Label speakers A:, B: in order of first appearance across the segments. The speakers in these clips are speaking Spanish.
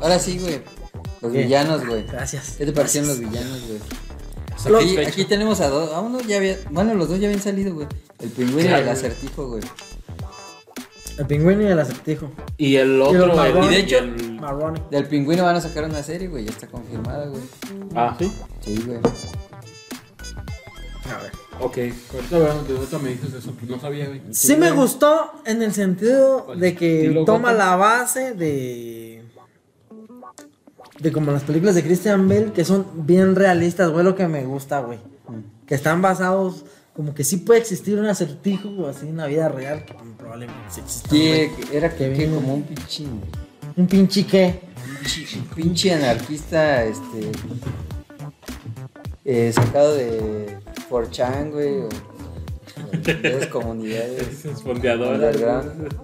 A: Ahora sí, güey. Los
B: ¿Qué?
A: villanos, güey.
B: Gracias.
A: ¿Qué te parecieron los villanos, güey?
B: Los-
A: Aquí, aquí tenemos a dos. A uno ya había. Bueno, los dos ya habían salido, güey. El pingüino y
C: Claro,
A: el
C: güey.
A: acertijo, güey.
B: El pingüino y el acertijo.
C: Y el
B: Y
C: otro.
B: los
C: el-
A: Y
B: marrones.
A: de hecho-
C: el-
B: Marrone.
A: Del pingüino van a sacar una serie, güey. Ya está confirmada, güey.
C: Ah, sí.
A: Sí, güey.
B: A ver.
C: Ok.
D: Ahorita, güey, de ahorita me dices eso, pues no sabía, güey.
B: Sí me gustó en el sentido
D: Con
B: de que
D: estilo
B: toma
D: Gotham.
B: la base de. De como las películas de Christian Bale, que son bien realistas, güey, lo que me gusta, güey. Que están basados, como que sí puede existir un acertijo güey, así en la vida real, que pues, probablemente sí exista.
A: Que era
B: Que
A: que, que
B: venga.
A: como un pinche.
B: güey. Un pinche qué.
A: Pinche anarquista, este. eh, sacado de 4chan, güey. O, o de esas comunidades.
C: Es fondeadora.
A: Underground.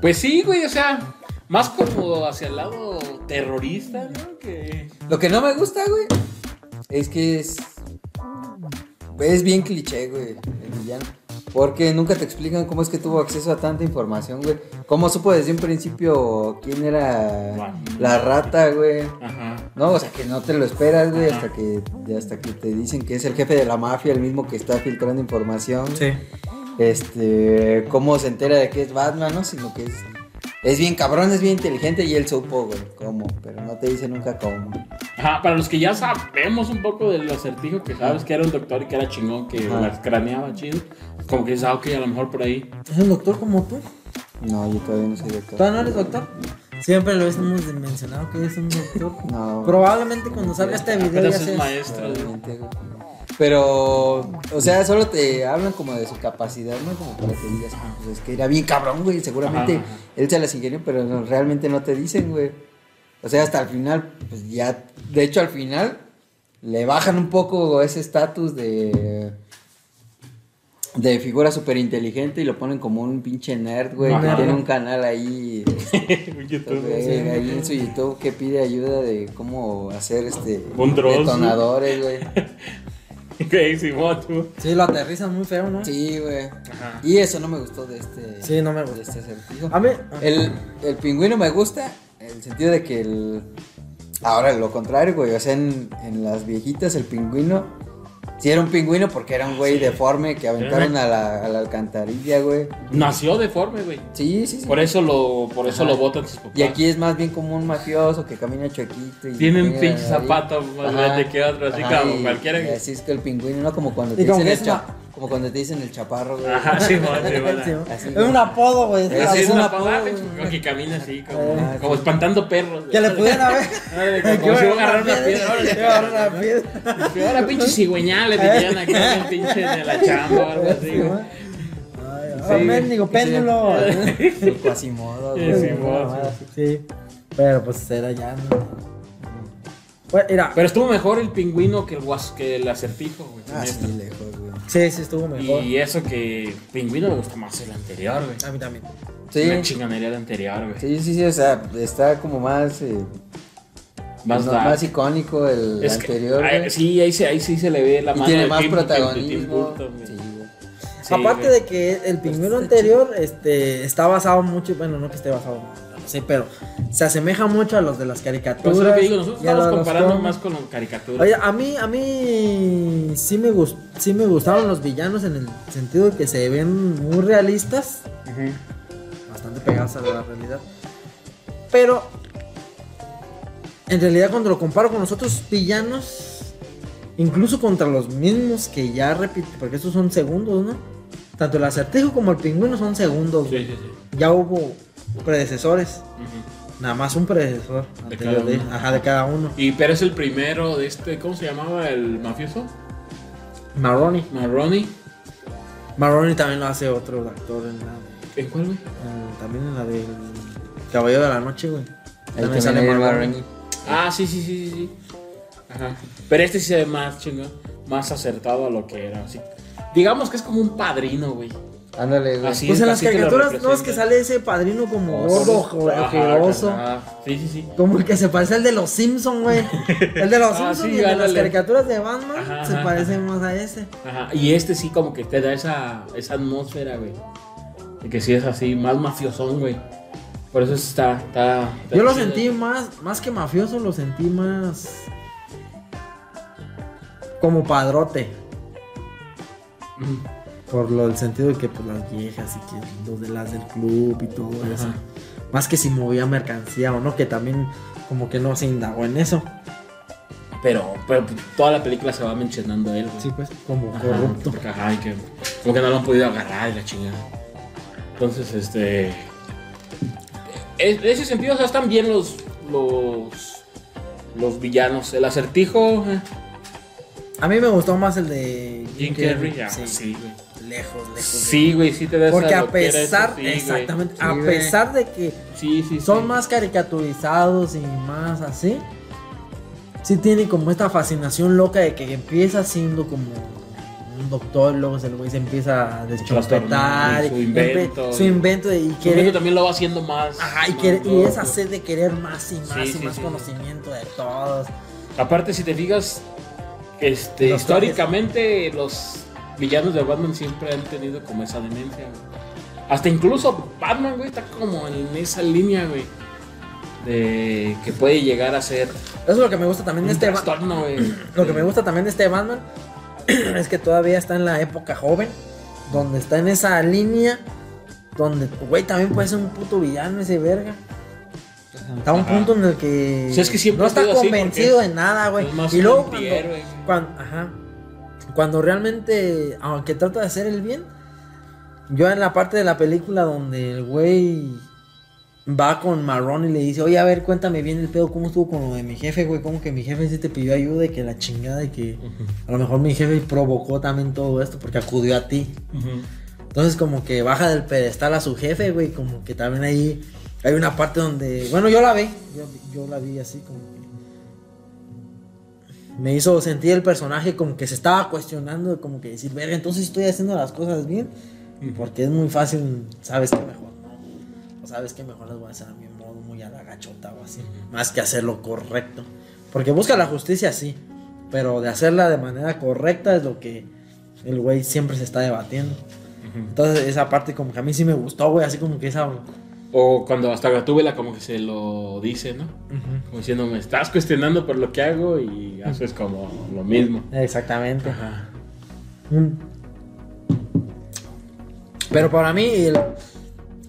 C: Pues sí, güey, o sea, más como hacia el lado terrorista, ¿no? Que.
A: Lo que no me gusta, güey, es que es. Es bien cliché, güey, el villano. Porque nunca te explican cómo es que tuvo acceso a tanta información, güey. Cómo supo desde un principio quién era
C: Bueno.
A: la rata, güey.
C: Ajá.
A: No, o sea que no te lo esperas, güey,
C: Ajá.
A: hasta que, hasta que te dicen que es el jefe de la mafia, el mismo que está filtrando información. Este, cómo se entera de que es Batman, ¿no? Sino que es, es bien cabrón, es bien inteligente y él supo, güey, cómo, pero no te dice nunca cómo.
C: Ajá, para los que ya sabemos un poco del acertijo, que sabes que era un doctor y que era chingón, que
A: Ajá.
C: las craneaba chido, como que dices, ah, ok, a lo mejor por ahí.
B: Es un doctor como tú.
A: No, yo todavía no soy doctor.
B: ¿Tú no eres doctor? Siempre lo hemos mencionado que eres un doctor.
A: No.
B: Probablemente cuando salga este video ya
C: Pero es
B: seas-
C: maestro. güey.
A: Probablemente, güey. Pero, o sea, solo te hablan como de su capacidad, ¿no? Como para que digas, ah, pues es que era bien cabrón, güey. Seguramente
C: Ajá, ajá.
A: él se las ingenió, pero no- realmente no te dicen, güey. O sea, hasta el final, pues ya, de hecho al final, le bajan un poco ese estatus de... De figura súper inteligente y lo ponen como un pinche nerd, güey. Que
C: Ajá.
A: tiene un canal ahí.
C: Un youtuber.
A: Entonces, ahí en su YouTube que pide ayuda de cómo hacer este
C: Un Dross.
A: detonadores, güey.
C: Ok, Simón, tú.
B: Sí, lo aterrizan muy feo, ¿no?
A: Sí, güey.
C: Ajá.
A: Y eso no me gustó de este
B: Sí, no me Ah,
A: de este
B: gusta.
A: acertijo.
B: A mí.
A: El, el pingüino me gusta en el sentido de que el ahora lo contrario, güey, o sea, en, en las viejitas el pingüino sí era un pingüino porque era un güey deforme que aventaron a la, a la alcantarilla, güey.
C: Nació deforme, güey.
A: Sí, sí, sí.
C: Por eso lo, por eso
A: Ajá.
C: lo botan sus papás.
A: Y aquí es más bien como un mafioso que camina chuequito. Y
C: Tiene un
A: mira
C: pinche
A: ahí.
C: zapato más
A: Ajá,
C: grande que otro, así
A: ajá,
C: como
A: y-
C: cualquiera.
A: y
C: que-
A: así es que el pingüino, ¿no? Como cuando
B: Y
A: te
B: como
A: dicen
B: que Ah,
A: el
B: es
A: cha- como cuando te dicen el chaparro, güey.
C: Ajá, Simón, Simón.
B: Sí, ¿no?
A: así,
B: es
A: güey.
B: un apodo, güey.
A: Ese
C: Así
A: es
C: es
A: un
C: una
A: apodo,
C: palabra,
A: güey.
C: como que camina así, como,
A: Ah,
C: como
A: sí.
C: espantando perros. güey.
B: Que le pudieran haber.
C: Ándale,
B: que
C: Como
B: iba
C: si iba a agarrar una piedra.
B: que iba a agarrar una piedra.
C: órale. Ahora pinches cigüeñal le dirían aquí en el pinche de la chamba o algo así. güey.
B: Ay,
A: Sí,
B: ah, mendigo,
A: que
B: péndulo.
A: El cuasimodo,
C: Sí,
A: güey.
C: sí,
B: Una
C: mo-
B: mamada así, Sí. Pero pues era ya. ¿no? Bueno, mira.
C: Pero estuvo mejor el pingüino que el, guas- que el acertijo, güey.
A: Ah, sí,
C: neta.
A: lejos, güey.
B: Sí, sí, estuvo mejor.
C: y eso que pingüino me gustó más el anterior, güey.
B: A mí también.
C: Una
A: Sí,
C: chingonería el anterior, güey.
A: sí, sí, sí, o sea, está como más, eh,
C: Más
A: no-
C: dark.
A: más icónico el
C: Es que-
A: anterior,
C: ahí-
A: güey.
C: sí, ahí, se- ahí sí se le ve la
A: Y
C: mano
A: tiene
C: de
A: más
C: Tim- de Tim
A: protagonismo.
C: Burton, güey.
A: Sí, güey.
C: Sí,
B: Aparte
C: güey. Pues,
B: de que el pingüino
A: está
B: anterior este, está basado mucho, bueno, no que esté basado, no sé, pero se asemeja mucho a los de las
C: Pero
B: caricaturas.
C: eso Pues es lo que digo, nosotros
B: y a
C: estamos
B: los de los
C: comparando
B: cómics.
C: más con las caricaturas.
B: Oye, a mí, a mí sí me, gust, sí me gustaron los villanos en el sentido de que se ven muy realistas,
C: Ujú.
B: bastante pegados a la realidad. Pero en realidad cuando lo comparo con los otros villanos, incluso contra los mismos que ya repito, porque estos son segundos, ¿no? Tanto el acertijo como el pingüino son segundos.
C: Sí,
B: güey.
C: sí, sí.
B: Ya hubo predecesores,
C: Ujú.
B: nada más un predecesor
C: De
B: anterior
C: cada
B: de-
C: uno.
B: ajá, de cada uno.
C: Y pero es el primero de este, ¿cómo se llamaba el mafioso?
B: Marroni.
C: Marroni.
B: Marroni también lo hace otro actor en la...
C: ¿En cuál, güey?
B: en- también en la del Caballero de la Noche, güey.
A: Ahí
B: También
A: también
B: sale
A: hay el
B: Marroni.
A: Barney.
C: Ah, sí, sí, sí, sí, sí. Ajá. Pero este sí se ve más chingón, más acertado a lo que era. así. Digamos que es como un padrino, güey.
A: Ándale, güey.
C: Así
B: Pues en las
C: así que lo
B: caricaturas no es que
C: representa.
B: sale ese padrino como
C: Oso.
B: gordo, jo-
C: Ajá,
B: ojeroso.
C: ajá. Sí, sí, sí.
B: Como el que se parece al de los Simpsons, güey. El de los
C: Ah,
B: Simpsons
C: sí,
B: y el de las
C: ándale.
B: caricaturas de Batman
C: Ajá,
B: se
C: ajá,
B: parece más a ese.
C: Ajá. Y este sí como que te da esa, esa atmósfera, güey. De que sí es así, más mafiosón, güey. Por eso está. está
B: Yo lo
C: está-
B: sentí más, más que mafioso, lo sentí más como padrote.
C: Ujú.
B: Por lo, el sentido de que pues, las viejas y que los de las del club y todo eso. Más que si movía mercancía o no, que también como que no se indagó en eso.
C: Pero, pero toda la película se va mencionando a él, güey.
B: Sí, pues, como
C: Ajá,
B: corrupto.
C: porque, ajá, y que, como que no lo han podido agarrar y la chingada. Entonces, este. En en ese sentido, o sea, están bien los. los. los villanos. El acertijo. eh,
B: A mí me gustó más el de
C: Jim Carrey. ah,
B: Sí,
C: Sí, güey.
B: Lejos, lejos.
C: Sí, güey, sí te
B: de-
C: das
B: Porque a
C: loquera, eso
B: pesar,
C: sí, güey.
B: exactamente,
A: Sí,
B: a
A: güey.
B: pesar de que
C: Sí, sí, sí.
B: son más caricaturizados y más así. Sí tienen como esta fascinación loca de que empieza siendo como un doctor, luego se, güey se empieza a deschompetar.
C: Trastornar, y su
B: y
C: invento,
B: su
C: y-
B: invento de- y
C: Su amigo
B: quiere...
C: también lo va haciendo más.
B: Ajá, y,
C: más
B: quiere- y
C: loco.
B: esa sed de querer más y más
C: Sí,
B: y
C: sí,
B: más
C: sí,
B: conocimiento de todos.
C: Aparte, si te fijas, este,
B: Los
C: históricamente los villanos de Batman siempre han tenido como esa demencia, güey. Hasta incluso Batman, güey, está como en esa línea, güey. De que puede llegar a ser
B: Eso es lo que me gusta también
C: un
B: de este Ba-
C: trastorno, güey.
B: Lo que me gusta también de este Batman es que todavía está en la época joven, donde está en esa línea, donde, güey, también puede ser un puto villano ese verga. Está un
C: Ajá.
B: punto en el que,
C: Sí, es que siempre
B: no
C: ha
B: está
C: sido así,
B: convencido
C: porque
B: de nada, güey.
C: es más
B: Y luego
C: un
B: cuando,
C: antihéroe, güey.
B: cuando- ajá, cuando realmente, aunque trata de hacer el bien, yo en la parte de la película donde el güey va con Marrón y le dice, oye, a ver, cuéntame bien el pedo, cómo estuvo con lo de mi jefe, güey, cómo que mi jefe sí te pidió ayuda y que la chingada y que a lo mejor mi jefe provocó también todo esto porque acudió a ti.
C: Ujú.
B: Entonces como que baja del pedestal a su jefe, güey, como que también ahí hay una parte donde, bueno, yo la vi, yo, yo la vi así como que me hizo sentir el personaje como que se estaba cuestionando, como que decir, verga, entonces estoy haciendo las cosas bien, porque es muy fácil, sabes que mejor, ¿no? O sabes que mejor las voy a hacer a mi modo, muy a la gachota o así, más que hacer lo correcto, porque busca la justicia, sí, pero de hacerla de manera correcta es lo que el güey siempre se está debatiendo. Entonces esa parte como que a mí sí me gustó, güey, así como que esa...
C: O cuando hasta Gatúbela como que se lo dice, ¿no? Como diciendo, me estás cuestionando por lo que hago y haces como lo mismo.
B: Exactamente.
C: Ajá.
B: Mm. Pero para mí el,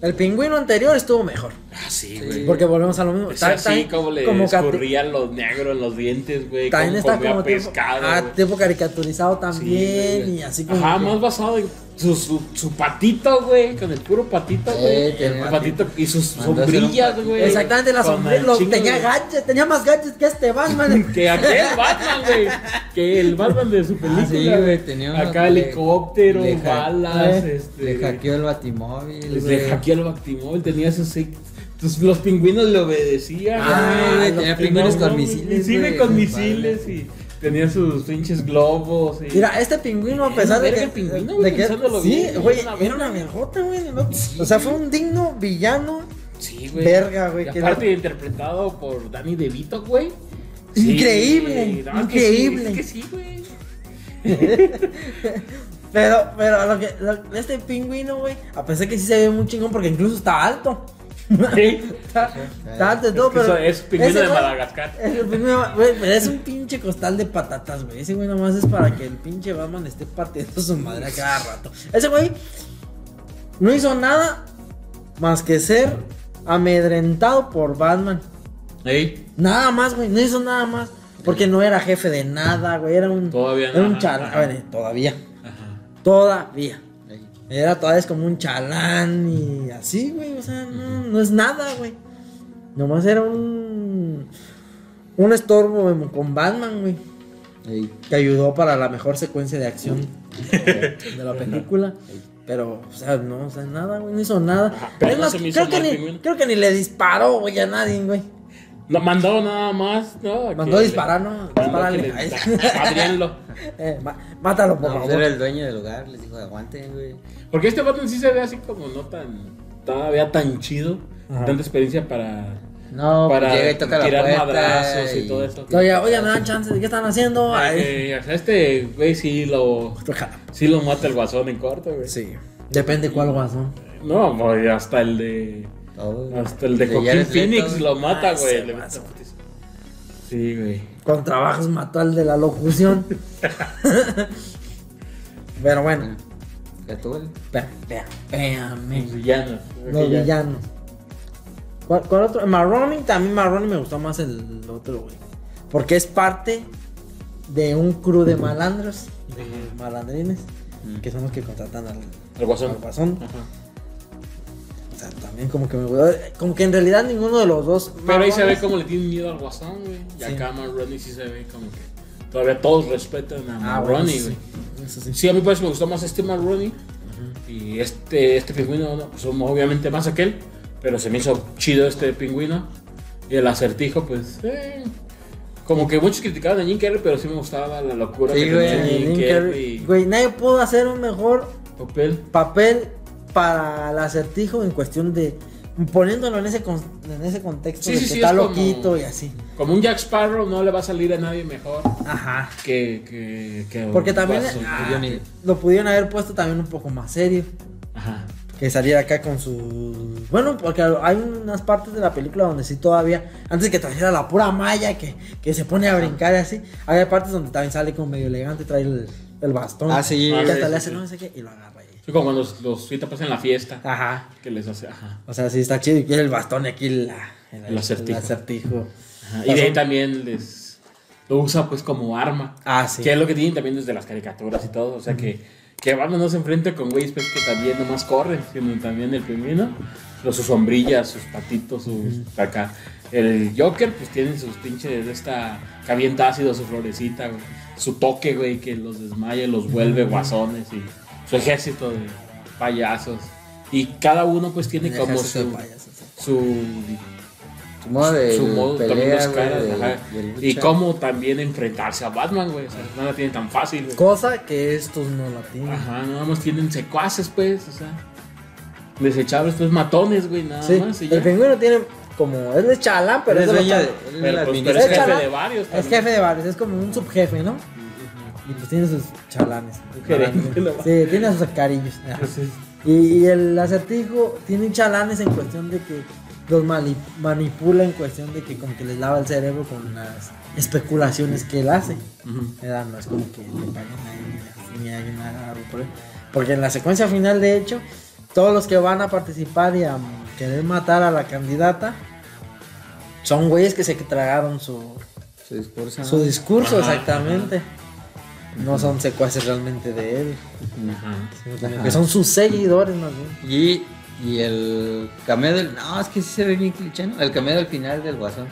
B: el pingüino anterior estuvo mejor.
C: Ah, sí,
A: Sí.
C: güey.
B: Porque volvemos a lo mismo.
C: Es
B: Tan-
C: así
B: tan-
C: como le
B: que a ti-
C: escurrían los negros en los dientes, güey.
B: También
C: como
B: está
C: comía
B: como tipo,
C: pescado,
B: ah,
C: güey.
B: tipo caricaturizado
C: Sí,
B: también
C: güey.
B: y así como...
C: Ajá,
B: que-
C: más basado en su, su, su patito, güey. Con el puro patito,
A: Sí,
C: güey.
A: tiene
C: el
A: patito.
C: patito y sus
A: Mandó a hacer un
C: sombrillas,
A: patito.
C: güey.
B: Exactamente, la
C: Con
B: sombrilla
C: el
B: lo-
C: chingo
B: tenía
C: de-
B: gadgets, tenía más gadgets que este Batman.
C: Que aquel Batman, güey. Que el Batman de su película.
A: Ah, sí, güey, tenía unos-
C: Acá
A: le-
C: helicóptero,
A: le ha-
C: balas,
B: eh,
C: este.
A: Le hackeó el batimóvil.
C: Le
A: güey.
C: hackeó el Bactimóvil, tenía sus. Entonces los pingüinos le obedecían.
A: Ah,
C: güey.
A: güey,
B: los
A: tenía
C: Que
A: pingüinos
C: no,
A: con
C: no,
A: misiles.
C: Sí, güey,
A: güey,
C: con
A: padre.
C: misiles y tenía sus pinches globos. Y...
B: Mira, este pingüino, a
C: Era
B: pesar de
C: verga
B: que.
C: el pingüino,
B: de
C: güey,
B: que-
C: pensándolo
B: sí,
C: bien,
B: güey,
C: era una
B: era una vergota, güey. ¿no? O sea, fue un digno villano.
C: sí, güey.
B: verga, güey,
C: Y
B: que
C: aparte
B: la-
C: interpretado por Danny DeVito, güey.
B: Increíble,
C: no, es que
B: increíble.
C: sí, es que sí, güey.
B: Pero, pero lo que, lo- este pingüino, güey, a pesar que sí se ve muy chingón, porque incluso está alto.
C: Sí.
B: Está, está alto y todo,
C: Es que
B: pero.
C: eso es pingüino
B: ese
C: de
B: güey-
C: Madagascar.
B: Es, el pingüino- güey, pero es un pinche costal de patatas, güey. Ese güey nomás es para que el pinche Batman esté partiendo su madre a cada rato. Ese güey no hizo nada más que ser amedrentado por Batman.
C: Ey,
B: Nada más, güey, no hizo nada más. Porque no era jefe de nada, güey. Era un.
C: Todavía
B: Era un
C: nada,
B: chalán.
C: ajá.
B: a ver, todavía. Todavía.
A: Ey.
B: Era todavía es como un chalán y así, güey. O sea, no, no es nada, güey. Nomás era un. Un estorbo güey, con Batman, güey.
A: Ey.
B: Que ayudó para la mejor secuencia de acción de la película. Pero, o sea, no, o sea, nada, güey. No hizo nada.
C: Ajá, pero
B: Es
C: no
B: más,
C: se me hizo
B: creo, que
C: mal,
B: ni,
C: pingüino.
B: creo que ni le disparó, güey, a nadie, güey.
C: No, mandó nada más, ¿no?
B: Mandó
C: Que-
B: disparar, ¿no?
C: mandó que
B: Dispararle.
C: le-
B: Ahí.
C: Madriarlo.
B: Eh, ma- mátalo, por
A: No, pues
B: favor.
A: era el dueño del lugar, les dijo, aguanten, güey.
C: Porque este Batman sí se ve así como no tan. Todavía tan chido.
B: Ajá.
C: Tanta experiencia para.
A: No,
C: Para
A: pues llega y toca
C: tirar
A: la puerta.
C: madrazos y todo eso.
B: Oye, oye, me dan chance. ¿De qué están haciendo? Ay.
C: Eh, o sea, este güey sí lo.
B: Tócala.
C: Sí lo mata el guasón en corto, güey.
B: Sí. Depende cuál guasón.
C: No, pues, hasta el de.
A: Todo.
C: Hasta el de
A: De Jared
C: Joaquín Phoenix
A: Leto.
C: lo mata,
B: Ah,
C: güey.
B: ese
C: Le
B: mazo.
C: mete putiza. Sí, güey.
B: Con trabajos mató al de la locución. Pero bueno,
A: Ya tú, güey.
B: espera, vea, véame.
C: Los villanos.
B: Los
C: Ok, ya.
B: villanos. ¿Cuál, cuál otro? Marroni, también Marroni me gustó más el otro, güey. Porque es parte de un crew de malandros, de malandrines, que son los que contratan al,
C: El
B: al
C: Mm. guasón.
B: guasón.
C: Ajá.
B: O sea, también como que me gustó. Como que en realidad ninguno de los dos.
C: Pero ahí se
B: Marroni-
C: ve como le tienen miedo al Guasón, güey.
B: Sí.
C: Y acá Marroni sí se ve como que todavía todos respetan a
B: Ah, bueno,
C: Marroni,
B: sí,
C: güey.
B: Eso sí.
C: Sí. a mí pues me gustó más este Marroni. Y este, este pingüino, no, pues obviamente más aquel. Pero se me hizo chido este pingüino. Y el acertijo, pues. eh, como que muchos criticaban a Jim Carrey, pero sí me gustaba la locura
A: Sí,
C: que
A: güey,
C: tenía
B: Jim
C: Jim
B: Carrey.
C: Carrey.
B: Güey, nadie pudo hacer un mejor
C: Papel.
B: papel para el acertijo en cuestión de poniéndolo en ese con- en ese contexto
C: Sí,
B: de
C: sí,
B: que
C: sí,
B: está
C: es como-
B: loquito y así.
C: Como un Jack Sparrow no le va a salir a nadie mejor
B: Ajá.
C: que. que, que
B: Porque
C: un
B: también
C: Guasón,
B: ah,
C: que Johnny-
B: lo pudieron haber puesto también un poco más serio.
C: Ajá.
B: Que saliera acá con su. Bueno, porque hay unas partes de la película donde sí todavía. Antes que trajera la pura malla que, que se pone a brincar y así. Hay partes donde también sale como medio elegante, trae el, el bastón.
A: Ah, sí.
B: Y
C: Ah,
B: hasta
C: sí,
B: le
C: sí,
B: hace
C: sí.
B: no sé qué y lo agarra ahí.
C: Sí, como cuando los, los citas pasan en la fiesta.
B: Ajá.
C: Que les hace. Ajá.
B: O sea, sí está chido. Y quiere el bastón y aquí la- el,
C: El acertijo.
B: acertijo.
C: Ajá, Y de ahí también les lo usa pues como arma.
B: Ah, sí.
C: Que es lo que tienen también desde las caricaturas y todo. O sea que, que Batman no se enfrenta con güeyes pues, que también nomás corren, sino también el pingüino. los- Sus sombrillas, sus patitos, sus acá. El Joker, pues tienen sus pinches de esta cavienta ácido, su florecita, güey, su toque, güey, que los desmaya, los vuelve guasones y su ejército de payasos. Y cada uno pues tiene
B: El
C: como
B: ejército de
C: su-
B: payasos, sí.
C: su
A: Su modo de
C: su modo también
A: pelea,
C: las
A: güey,
C: caras,
A: de-
C: ajá.
A: de lucha.
C: Y cómo también enfrentarse a Batman, güey. O sea, no la tienen tan fácil, güey.
B: Cosa que estos no la tienen.
C: Ajá, nada más tienen secuaces, pues, o sea. Desechables, pues matones, güey, nada
B: Sí,
C: más. y ya.
B: el pingüino tiene como. Él es chalán, pero
A: Él es
B: es de los
A: dueño de-
B: chalan-
A: él
C: Pero,
A: la
C: pues,
A: administra.
C: pero es
B: Es
C: jefe
B: chalán.
C: de varios.
B: Es
C: también.
B: jefe de bares, es como un subjefe, ¿no? Y pues tiene sus chalanes.
C: Un gerente, la
B: Sí, tiene a sus carillos. ajá. Y, y el acertijo tiene chalanes en cuestión de que los mali- manipula en cuestión de que como que les lava el cerebro con las especulaciones que él hace.
C: Ujú.
B: ¿verdad? No es como que le paguen a él ni a alguien haga algo por él. Porque en la secuencia final, de hecho, todos los que van a participar y a querer matar a la candidata son güeyes que se tragaron su,
A: Su discurso.
B: su discurso,
C: Ajá,
B: exactamente. No son secuaces realmente de él,
C: Ajá.
B: sino como
A: Ajá.
B: que son sus seguidores más bien.
A: Y, y el cameo del. No, es que sí se ve bien cliché, ¿no? El cameo del final del guasón.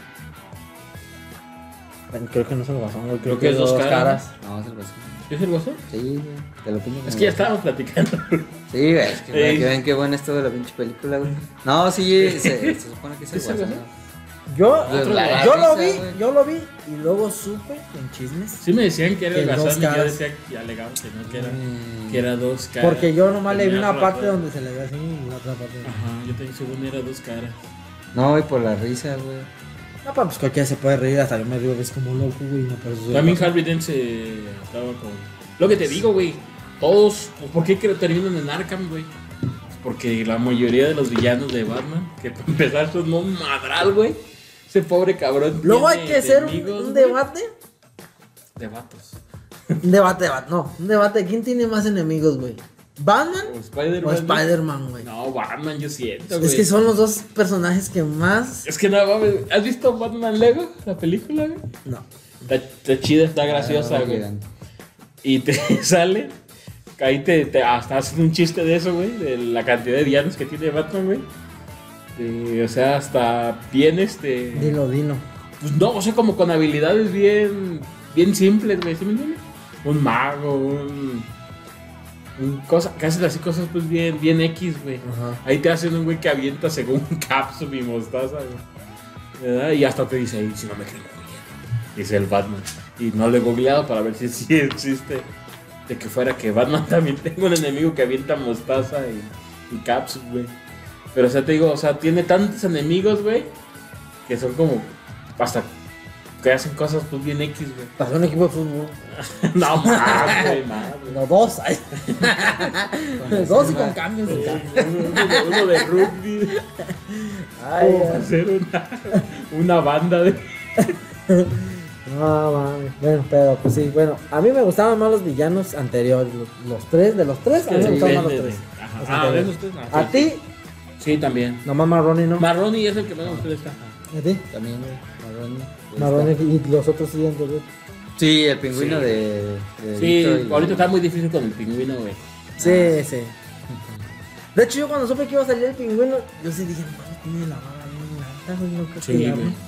B: Bueno, creo que no es el guasón, güey, creo,
C: Creo que es
B: es dos
C: dos caras.
B: caras.
A: No, es el guasón.
C: ¿Es el guasón?
A: Sí, güey. Te lo pinto.
C: Es que ya estábamos platicando.
A: Sí, güey. Es que, para
C: Ey.
A: que vean qué buena estuvo la pinche película, güey. No, sí, se, se supone que es el
C: ¿Es el
A: guasón.
C: guasón?
A: ¿no?
B: Yo,
A: Otro
B: yo,
A: la
B: lo
A: risa,
B: vi,
A: güey.
B: yo lo vi y luego supe en chismes.
C: Sí me decían que era el
B: Que dos
C: guasón y yo
B: caras.
C: decía que alegaba que no, que era,
A: Mm.
C: que era dos caras.
B: Porque yo nomás le vi
C: Tenía
B: una parte
C: razón.
B: donde se le ve así y la otra parte. no.
C: Ajá, yo también según era dos caras.
A: No, y por la risa, güey.
B: No, pa, pues cualquiera se puede reír, hasta yo me río, ves como loco, güey, no, pero eso-
C: También Harvey Dent se estaba con. Lo que te digo, güey. Todos. pues, ¿Por qué que terminan en Arkham, güey? Pues Porque la mayoría de los villanos de Batman, que para empezar son un madral, güey. Ese pobre cabrón.
B: Luego hay
C: tiene
B: que hacer un,
C: enemigos,
B: un
C: güey,
B: debate.
C: De vatos.
B: Un debate, debate, no, un debate. ¿Quién tiene más enemigos, güey? ¿Batman
C: O
B: o
C: Spider-Man.
B: Spider-Man, güey?
C: No, Batman, yo siento, güey.
B: Es que son los dos personajes que más.
C: Es que no mames. ¿Has visto Batman Lego? La película, güey.
B: No.
C: Está, está chida, está graciosa,
A: Ah,
C: güey. Y te sale. Ahí te, te- hasta hacen un chiste de eso, güey. De la cantidad de villanos que tiene Batman, güey. Eh, o sea, hasta bien este.
B: Dilo, dilo.
C: Pues no, o sea, como con habilidades bien. Bien simples, güey. ¿Sí me entiendes? Un mago, un. un cosa, que hacen así cosas, pues bien, bien X, güey.
B: Ajá.
C: Ahí te hacen un güey que avienta según capsule y mostaza, güey. ¿Verdad? Y hasta te dice, ahí, si no me creen, googleen". Dice el Batman. Y no lo he googleado para ver si sí existe. De que fuera que Batman también tenga un enemigo que avienta mostaza y, y capsule, güey. Pero, o sea, te digo, o sea, tiene tantos enemigos, güey, que son como hasta te hacen cosas pues bien X, güey.
B: Pasó un equipo de fútbol.
C: No más, güey, más, güey.
B: No, dos. ay. dos y con cambios.
C: Uno de- uno de rugby.
B: Ay,
C: ¿Cómo hacer una, una banda de.
B: No mames. Bueno, pero pues sí, bueno, a mí me gustaban más los villanos anteriores, los, los tres, de los tres, a mí me gustaban más los
C: Depende
B: tres.
C: de-
B: Los
C: Ajá. Ah,
B: anteriores.
C: ¿ves usted? Ah,
B: A
C: sí,
B: ti,
C: Sí, también.
B: nomás Marroni, ¿no?
C: Marroni es el que menos me gusta.
B: A ti,
A: También, güey. Marroni. Ahí
B: Marroni
A: está.
B: y los otros sí anteriores.
A: Sí, el pingüino
C: Sí.
A: de, de
C: Sí,
A: Victor y-
C: ahorita está muy difícil con el pingüino, güey.
B: Sí, Ah, sí. De hecho, yo cuando supe que iba a salir el pingüino, yo sí dije, no, mames, tiene la bala bien alta, güey, no creo que
C: Sí,
B: la-
C: güey.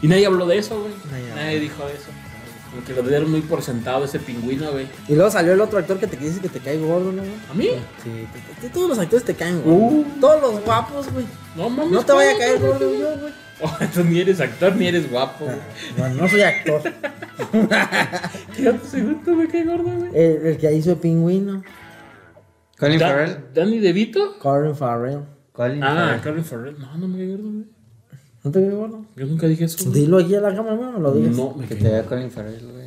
C: Y nadie habló de eso, güey.
B: Nadie
C: Nadie,
B: habló.
C: dijo de eso. Como que lo dieron muy por sentado ese pingüino, güey.
B: Y luego salió el otro actor que te dice que te cae gordo, ¿no? güey?
C: ¿A mí? Uh.
B: Sí, te- te- todos los actores te caen, güey. todos los guapos, güey.
C: No mames.
B: No te vaya a caer
C: güey.
B: gordo yo, güey.
C: Oh, tú ni eres actor ni eres guapo, güey.
B: Bueno, no soy actor.
C: ¿Qué otro segundo pues, me cae gordo, güey?
B: El, el que hizo el pingüino.
A: Colin
C: Da-
A: Farrell.
C: ¿Danny DeVito?
B: Colin Farrell.
A: Colin
C: Ah,
A: Farrell.
C: Colin Farrell. No, no me cae gordo, güey.
B: ¿No te veo gordo?
C: Yo nunca dije eso. güey.
B: Dilo aquí a la cámara, no lo digas.
C: No, me
A: Que
C: cae
A: te vea Colin Farrell. güey.